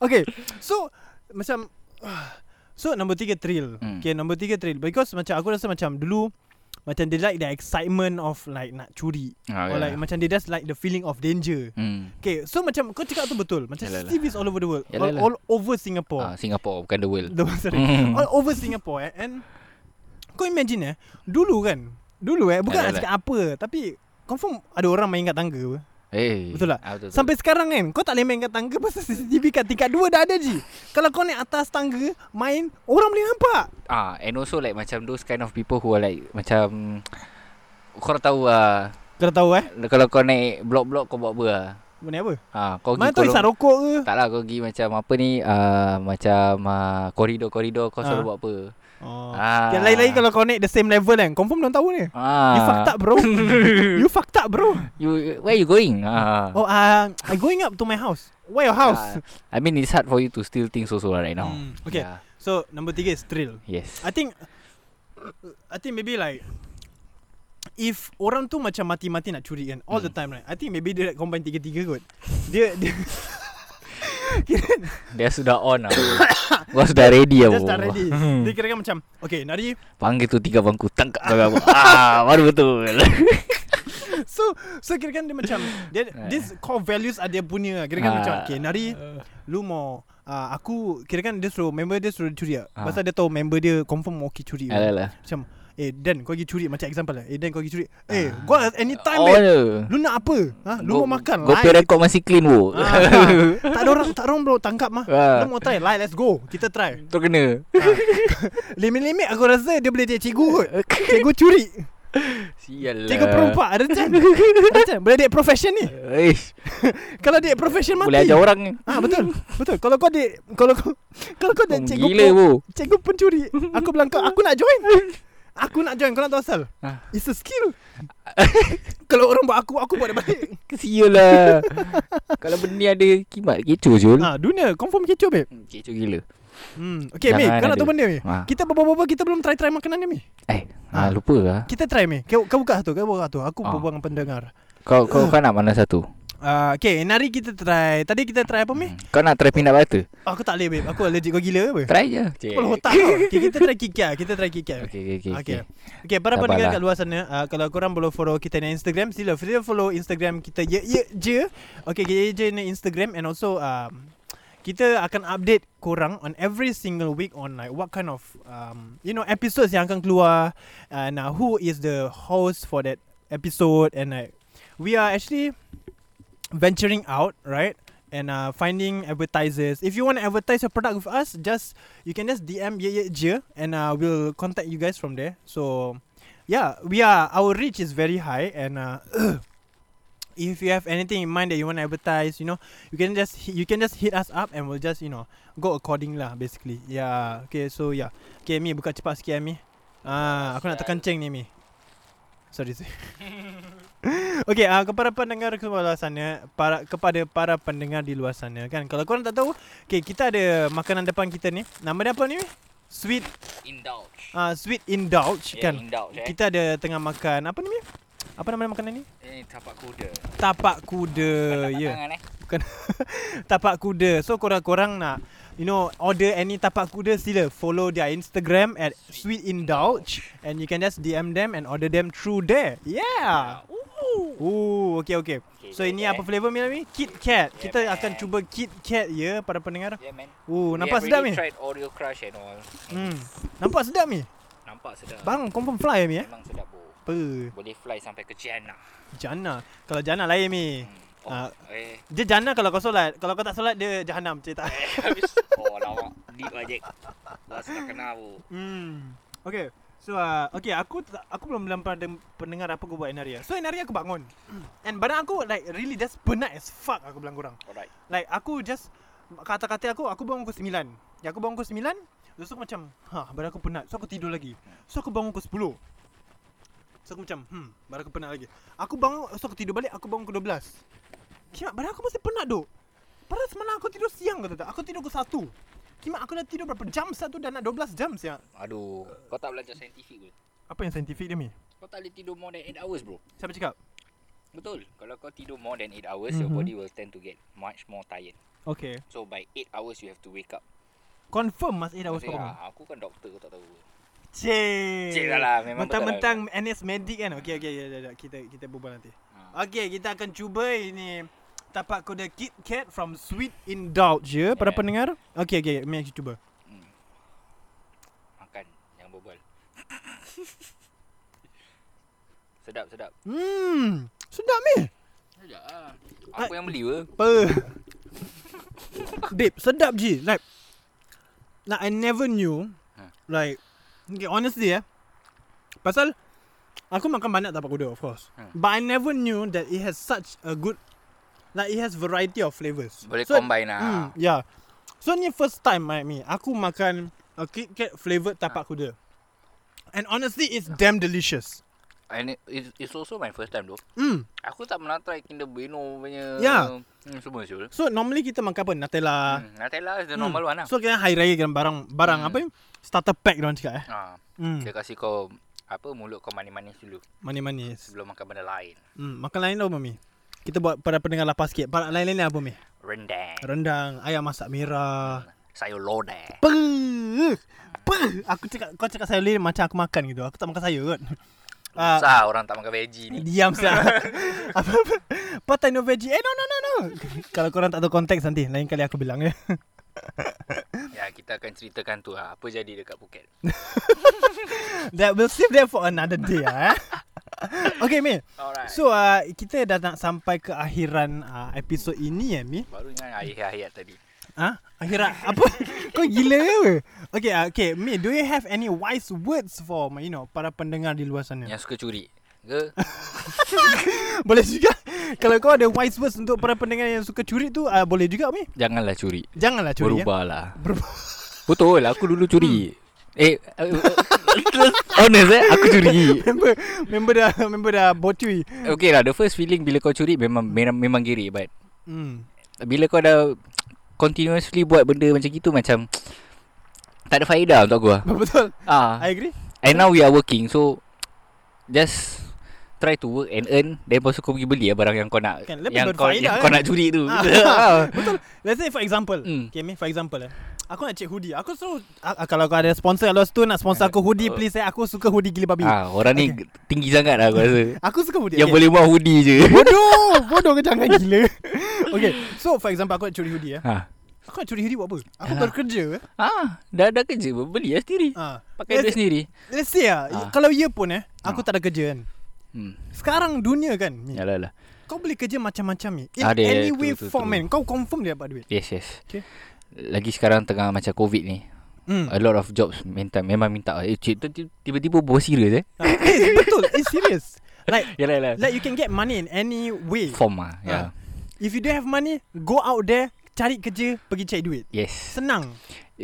S3: Okay So Macam ah, So number tiga thrill
S5: Hmm.
S3: Okay number tiga thrill Because macam aku rasa macam dulu Macam they like the excitement of like nak curi
S5: Ah,
S3: Or
S5: ya.
S3: like macam they just like the feeling of danger
S5: hmm.
S3: Okay so macam kau cakap tu betul Macam
S5: Yalah, yalah.
S3: CCTV is all over the world
S5: Yalah, yalah.
S3: all, all over Singapore
S5: ah, Singapore bukan the world
S3: The sorry.
S5: Mm.
S3: All over Singapore eh. And Kau imagine eh Dulu kan Dulu eh Bukan
S5: Alah,
S3: nak cakap apa Tapi Confirm ada orang main kat tangga apa.
S5: hey.
S3: Betul tak?
S5: Hmm. ah, betul, betul.
S3: Sampai sekarang kan Kau tak boleh main kat tangga Pasal CCTV kat tingkat 2 dah ada je Kalau kau naik atas tangga Main Orang boleh nampak
S5: ah, And also like Macam those kind of people Who are like Macam Kau tahu lah
S3: Kau dah tahu eh
S5: Kalau kau naik blok-blok Kau buat apa lah
S3: Kau Naik apa
S5: ah, Kau
S3: Mana
S5: pergi
S3: tahu isap rokok ke
S5: Tak lah kau pergi macam Apa ni ah, Macam ah, Koridor-koridor Kau selalu
S3: Ah.
S5: buat apa
S3: Oh.
S5: Ah.
S3: Yang lain-lain kalau kau naik the same level kan Confirm diorang tahu ni
S5: ah.
S3: You fucked up bro You fucked up bro
S5: you, Where you going ah.
S3: Oh uh, I going up to my house Where your house
S5: Ah, I mean it's hard for you to steal things also lah right now.
S3: Hmm, okay.
S5: Yeah.
S3: So number tiga is thrill
S5: Yes.
S3: I think I think maybe like If orang tu macam mati-mati nak curi kan All hmm. the time right I think maybe dia like combine tiga-tiga kot Dia, dia
S5: Dia sudah on lah. Gua sudah ready lah.
S3: Just
S5: bro.
S3: tak ready Dia kira kan macam Okay Nari
S5: Panggil tu tiga bangku tangkap kau kau. Ah, baru betul.
S3: So So kira kan dia macam dia, This core values ada dia punya Kira kan
S5: Ah.
S3: macam Okay Nari Lu mau uh, Aku Kira kan dia suruh Member dia suruh curi lah
S5: Ah.
S3: Pasal dia tahu member dia Confirm mau pergi curi
S5: Alah lah.
S3: Macam Eh Dan kau pergi curi Macam example lah Eh Dan kau pergi curi Eh gua anytime
S5: Oh,
S3: eh.
S5: ya.
S3: Lu nak apa? Ha? Lu
S5: Go-
S3: mau makan?
S5: Gua
S3: Lai.
S5: pay record masih clean bro.
S3: Ah, ah. tak ada orang tak ada orang bro tangkap mah.
S5: Ah.
S3: Lu mau try? Lai, let's go. Kita try.
S5: Tu kena.
S3: Limit-limit aku rasa dia boleh jadi cikgu kot. Cikgu curi.
S5: Sial lah.
S3: Cikgu perompak ada can. Ada can. Boleh dia profession ni.
S5: Eh,
S3: Kalau dia profession mati.
S5: boleh ajar orang ni.
S3: Ah betul. Betul. Kalau kau dia kalau kau kalau kau dia
S5: Oh,
S3: cikgu
S5: gila,
S3: pe-
S5: bro.
S3: Cikgu pencuri. Aku bilang kau aku nak join. Aku nak join kau nak tahu asal.
S5: Ah.
S3: It's a skill. kalau orang buat aku aku buat dia balik.
S5: Sial lah. Kalau benda ada kimat kecoh Jul.
S3: Ah dunia confirm kecoh babe.
S5: Kecoh gila.
S3: Hmm. Okay, Mi,
S5: Jangan
S3: kau nak
S5: ada.
S3: tahu benda Mi?
S5: Ah.
S3: Kita berbual-bual kita belum try-try makanan ni Mi.
S5: Eh,
S3: Ah.
S5: ah, lupa lah.
S3: Kita try Mi. Kau, kau buka satu, kau buka satu. Aku
S5: Ah.
S3: berbual dengan pendengar.
S5: Kau kau kau nak mana satu? Hmm.
S3: Uh, okay, nari kita try. Tadi kita try apa Mi? Ah,
S5: Kau nak try peanut butter?
S3: Aku tak boleh babe. Aku allergic kau gila ke apa?
S5: Try je. Cik.
S3: Eh. Kepala otak kau. Okay, kita try kikia. Kita try kikia.
S5: Okay, okay, okay,
S3: Okay.
S5: okay.
S3: Okay, para
S5: Sabarlah.
S3: pendengar kat luar sana, uh, kalau korang belum follow kita ni Instagram, sila sila follow Instagram kita ye ye je. Okay, ye Ye je ni Instagram and also um, kita akan update korang on every single week on like what kind of um, you know episodes yang akan keluar and uh, who is the host for that episode and like we are actually venturing out, right? And uh, finding advertisers. If you want to advertise your product with us, just you can just DM Ye Ye Je and uh, we'll contact you guys from there. So, yeah, we are our reach is very high and uh, if you have anything in mind that you want to advertise, you know, you can just hit- you can just hit us up and we'll just you know go according lah basically. Yeah. Okay. So yeah. Okay, Mi buka cepat sikit eh, Mi. Ah, aku nak tekan ceng ni Mi. Sorry. sorry. Okay, uh, kepada pendengar di luar sana, para, kepada para pendengar di luar sana kan. Kalau korang tak tahu, okay, kita ada makanan depan kita ni. Nama dia apa ni? Mi? Sweet
S5: Indulge.
S3: Ah, sweet indulge
S5: Yeah,
S3: kan.
S5: indulge, eh.
S3: Kita ada tengah makan apa namanya? Apa nama makanan ni?
S5: Eh, tapak kuda.
S3: Tapak kuda. Ya.
S5: Tapak
S3: Yeah.
S5: tangan, eh.
S3: Bukan tapak kuda. So korang-korang nak you know order any tapak kuda sila follow their Instagram at sweet indulge and you can just DM them and order them through there. Yeah. Ooh, okay okay. So
S5: Okay,
S3: ini
S5: yeah.
S3: apa flavor ni ni? Kit Kat. Kita
S5: Yeah,
S3: akan
S5: man.
S3: cuba Kit Kat ya para pendengar.
S5: Yeah, man.
S3: Ooh, Oh,
S5: We
S3: nampak
S5: have
S3: sedap
S5: already
S3: ni.
S5: tried Oreo Crush and all.
S3: Hmm. Nampak sedap ni.
S5: Nampak sedap.
S3: Bang confirm fly ni eh.
S5: Memang sedap, bro.
S3: Apa?
S5: Boleh fly sampai ke China.
S3: Jana. Kalau Jana lain ni.
S5: Oh,
S3: Ah.
S5: eh.
S3: Dia jana kalau kau solat. Kalau kau tak solat dia jahanam cerita.
S5: Eh, habis. Oh, lawak. Deep aja. Rasa tak kena, bro.
S3: Hmm. Okay. So uh, okay aku tak- aku belum belum pernah dem- pendengar apa aku buat Enaria. So Enaria aku bangun. And badan aku like really just penat as fuck aku bilang korang.
S5: Alright.
S3: Like aku just kata-kata aku aku bangun pukul 9. Ya aku bangun pukul 9. Lepas tu aku macam ha badan aku penat. So aku tidur lagi. So aku bangun pukul 10. So aku macam hmm badan aku penat lagi. Aku bangun so aku tidur balik aku bangun pukul 12. Kimak badan aku masih penat duk. Padahal semalam aku tidur siang kata tak. Aku tidur pukul 1. Kimak aku dah tidur berapa jam satu dah nak 12 jam siang.
S5: Aduh, kau tak belajar saintifik ke?
S3: Apa yang saintifik dia, Mi?
S5: Kau tak boleh tidur more than 8 hours, bro.
S3: Siapa cakap?
S5: Betul. Kalau kau tidur more than 8 hours, mm-hmm. your
S3: Mhm.
S5: body will tend to get much more tired.
S3: Okay.
S5: So by 8 hours you have to wake up.
S3: Confirm Mas Ida was
S5: Maksudnya,
S3: bangun.
S5: ah, aku kan doktor kau tak tahu.
S3: Cik.
S5: Cik dah lah, memang betul
S3: Mentang-mentang NS medic kan. Okey okey ya, ya, ya, kita kita berbual nanti.
S5: Ha.
S3: Okey, kita akan cuba ini tapak kuda Kit Kat from Sweet Indulge ya, para
S5: Yeah.
S3: pendengar. Okey okey, mari kita cuba.
S5: Makan, jangan berbual. sedap, sedap.
S3: Hmm. Sedap ni.
S5: Sedap ah. Aku yang beli ke?
S3: Apa? Babe, sedap je. Like like I never knew
S5: Ha.
S3: like okay, honestly eh. Pasal aku makan banyak tapak kuda of course.
S5: Ha.
S3: But I never knew that it has such a good like it has variety of flavors.
S5: Boleh
S3: so,
S5: combine lah.
S3: Hmm, yeah. So ni first time like me, aku makan a Kit Kat flavoured
S5: Ha.
S3: tapak kuda. And honestly it's damn delicious.
S5: And it, it's, it's also my first time though.
S3: Hmm.
S5: Aku tak pernah try Kinder Bueno punya
S3: Ya. Ah.
S5: hmm, semua Syul.
S3: So normally kita makan apa? Nutella.
S5: Hmm, Nutella is the normal one lah.
S3: So kira hari raya kena barang barang
S5: Hmm.
S3: apa ni? Starter pack dia orang cakap eh.
S5: Ah,
S3: Hmm.
S5: Dia kasih kau apa mulut kau manis-manis dulu
S3: Manis-manis.
S5: sebelum makan benda lain.
S3: Hmm, makan lain apa Mi? Kita buat pada pendengar lapar sikit. Para lain-lain apa Mi?
S5: Rendang,
S3: Rendang, ayam masak merah.
S5: sayur lodeh.
S3: Peh. Peh. Aku cakap kau cakap sayur lodeh macam aku makan gitu. Aku tak makan sayur kot. Ah,
S5: Susah orang tak makan veggie ni.
S3: diam saja. apa apa? Patai no veggie. Eh no no no no. Kalau korang tak tahu konteks nanti lain kali aku bilang ya.
S5: Ya, kita akan ceritakan tu lah, apa jadi dekat Phuket.
S3: That we'll save that for another day ah. eh. okay Mi.
S5: Alright.
S3: So uh, kita dah nak sampai ke akhiran uh, episod ini ya Mi.
S5: Baru ingat ayat-ayat tadi.
S3: Ha? Akhirat apa? Kau gila ke? apa? Okay, ah, okay. Mi, do you have any wise words for you know para pendengar di luar sana?
S5: Yang suka curi. Ke?
S3: Boleh juga. Kalau kau ada wise words untuk para pendengar yang suka curi tu, uh, boleh juga Mi.
S5: Janganlah curi.
S3: Janganlah curi ya.
S5: Berubahlah.
S3: Berubah. Hmm.
S5: Betul, aku dulu curi. Eh, eh, eh, honest eh, aku curi.
S3: member, member dah member dah bocui.
S5: Okay lah, the first feeling bila kau curi memang memang, memang giri but
S3: Hmm.
S5: bila kau dah continuously buat benda macam gitu macam tak ada faedah untuk aku lah.
S3: Betul.
S5: Ah.
S3: I agree.
S5: And now we are working So Just Try to work and earn Then lepas tu kau pergi beli lah Barang yang kau nak
S3: Kan, lebih
S5: Yang, kau,
S3: berfaedah
S5: yang
S3: kan?
S5: kau nak curi tu
S3: Ah, Betul. Let's say for example.
S5: Hmm.
S3: Okay, Mi, for example eh. Aku nak cek hoodie. Aku selalu ah, ah, kalau kau ada sponsor kalau tu nak sponsor aku hoodie please eh. Aku suka hoodie gila babi.
S5: Uh. ah, Orang ni tinggi sangat lah aku rasa
S3: Aku suka hoodie.
S5: Yang
S3: Okay.
S5: boleh buat hoodie je
S3: Bodoh Bodoh ke jangan gila Okay So for example Aku nak curi hoodie eh.
S5: ha.
S3: Aku nak curi hoodie buat apa Aku baru kerja eh.
S5: ah, Dah ada kerja Beli lah sendiri
S3: ha.
S5: Pakai duit
S3: let's,
S5: sendiri
S3: let's say lah
S5: Ah.
S3: Kalau ya pun eh Aku tak ada kerja kan
S5: hmm.
S3: Sekarang dunia kan ni,
S5: Yalah lah
S3: Kau boleh kerja macam-macam ni In
S5: Ada,
S3: any
S5: true,
S3: way
S5: true,
S3: form
S5: true.
S3: man Kau confirm dia dapat duit
S5: Yes yes
S3: Okay.
S5: Lagi sekarang tengah macam covid ni
S3: hmm.
S5: A lot of jobs minta, Memang minta eh, cik, tu ti- Tiba-tiba bos serius eh
S3: ha. eh, Betul It's serious Like
S5: Yalah yalah
S3: Like you can get money in any way
S5: Form lah ya.
S3: Ah. If you don't have money Go out there Cari kerja Pergi cari duit
S5: Yes
S3: Senang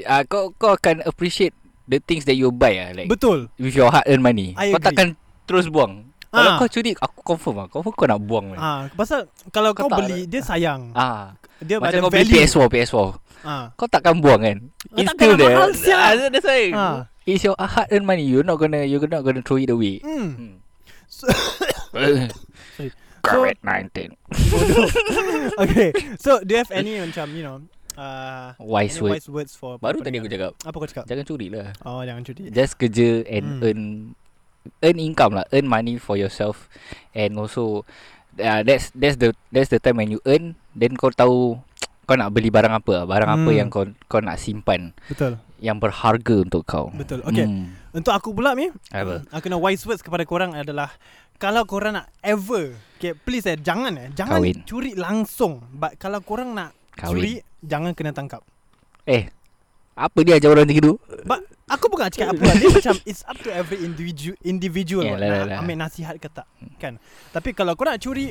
S5: Ah, kau kau akan appreciate the things that you buy ah like
S3: Betul
S5: with your hard earned money.
S3: I
S5: kau
S3: agree.
S5: takkan terus buang. Kalau
S3: Ah.
S5: kau curi aku confirm ah. Confirm kau nak buang man.
S3: Ah, Pasal Kalau kau, kau
S5: Kau tak
S3: beli Dia sayang
S5: Ah.
S3: Dia ada
S5: Macam kau beli
S3: value
S5: PS4, PS4.
S3: Ah.
S5: Kau takkan buang kan?
S3: Kau takkan mahal, sial.
S5: Ah, that's why.
S3: Ha.
S5: It's your hard earned money. You're not gonna you're not gonna throw it away.
S3: Hmm.
S5: Hmm.
S3: So, so
S5: Correct 19.
S3: okay. So do you have any macam you know uh,
S5: Wise
S3: any
S5: word.
S3: wise words for
S5: Baru
S3: pendengar?
S5: tadi aku cakap
S3: apa kau cakap?
S5: jangan curi lah.
S3: Oh jangan cuti.
S5: Just kerja and
S3: Hmm.
S5: earn earn income lah, earn money for yourself and also uh, that's that's the that's the time when you earn then kau tahu kau nak beli barang apa, lah, barang apa
S3: Hmm.
S5: yang kau kau nak simpan
S3: Betul.
S5: yang berharga untuk kau.
S3: Betul. Okay.
S5: Hmm.
S3: Untuk aku pula ni
S5: Apa?
S3: Aku nak wise words kepada korang adalah Kalau korang nak ever okay, Please eh Jangan eh Jangan
S5: Kahwin.
S3: curi langsung But kalau korang nak curi
S5: Kahwin.
S3: Jangan kena tangkap
S5: Eh. Apa dia ajar orang macam tu?
S3: But aku bukan nak cakap apa Dia macam It's up to every individual, individual
S5: Yeah,
S3: yeah,
S5: lah, lah,
S3: Nak
S5: lah.
S3: ambil nasihat ke tak Kan Tapi kalau korang nak curi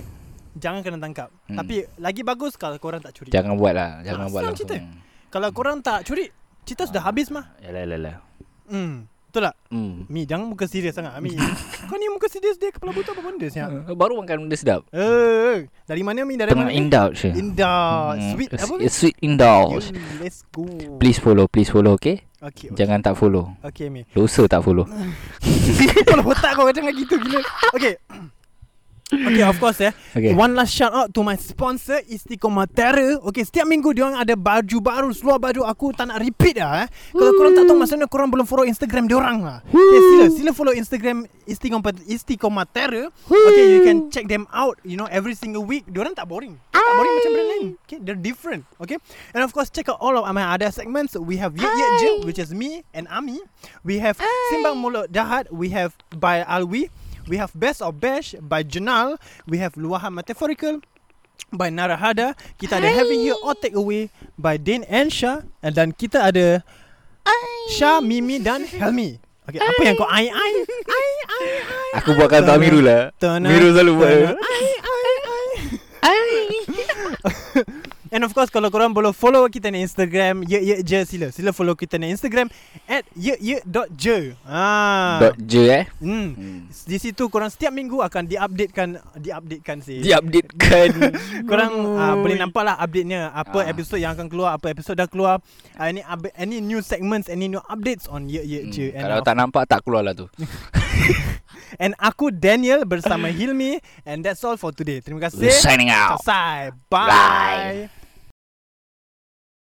S3: Jangan kena tangkap
S5: Hmm.
S3: Tapi lagi bagus kalau korang tak curi
S5: Jangan buat lah Jangan
S3: Ah, senang
S5: buat langsung
S3: cerita. Kalau korang tak curi Cerita sudah habis mah
S5: Yalah yalah yalah
S3: hmm. Betul tak?
S5: hmm.
S3: Mi jangan muka serius sangat Mi Kau ni muka serius dia Kepala buta apa benda siap
S5: Baru makan benda sedap
S3: Eh, dari mana Mi? Dari
S5: Tengah
S3: mana? Mi?
S5: indulge je.
S3: Indah
S5: Hmm,
S3: ah, Sweet
S5: it's-
S3: apa
S5: it's Sweet
S3: Yo,
S5: indulge
S3: Let's go
S5: Please follow Please follow okay
S3: Okay okay,
S5: Jangan tak follow
S3: okay Mi
S5: Dosa tak follow
S3: Kepala botak kau macam gitu gila Okay Okay of course eh okay.
S5: Okay.
S3: One last shout out to my sponsor Istiqomatera Okay setiap minggu diorang ada baju baru Seluar baju aku tak nak repeat lah eh Kalau korang tak tahu maksudnya Korang belum follow Instagram diorang lah Okay sila Sila follow Instagram Istiqom- Istiqomatera Okay you can check them out You know every single week Diorang tak boring Tak boring macam brand lain Okay they're different Okay And of course check out all of my other segments We have Ye Ye Je Which is me and Ami We have Simbang Mulut Dahat We have By Alwi We have Best of Bash by Jenal. We have Luaha Metaphorical by Narahada. Kita ada Heavy Here or Take Away by Dane and Shah. And dan kita ada Shah, Mimi dan Helmi. Okay, apa yang kau ai ai? Ai ai ai.
S5: Aku buatkan tak
S3: Tana,
S5: Miru lah
S3: tana,
S5: Miru selalu buat
S3: tana. Ai ai ai. And of course kalau korang boleh follow kita na Instagram ye ye je sila. Sila follow kita na Instagram at ye ye dot je. Ah.
S5: Dot je eh
S3: Hmm. Di situ korang setiap minggu akan diupdatekan diupdatekan sih.
S5: Diupdatekan
S3: korang uh, boleh nampak lah update-nya apa
S5: Ah.
S3: episod yang akan keluar, apa episod dah keluar. Uh, any update, any new segments, any new updates on Ye Ye
S5: Hmm,
S3: Je. And,
S5: Kalau
S3: of-
S5: tak nampak tak keluar lah tu
S3: and aku Daniel bersama Hilmi and that's all for today. Terima kasih.
S5: Signing out
S3: Selesai. Bye. Bye.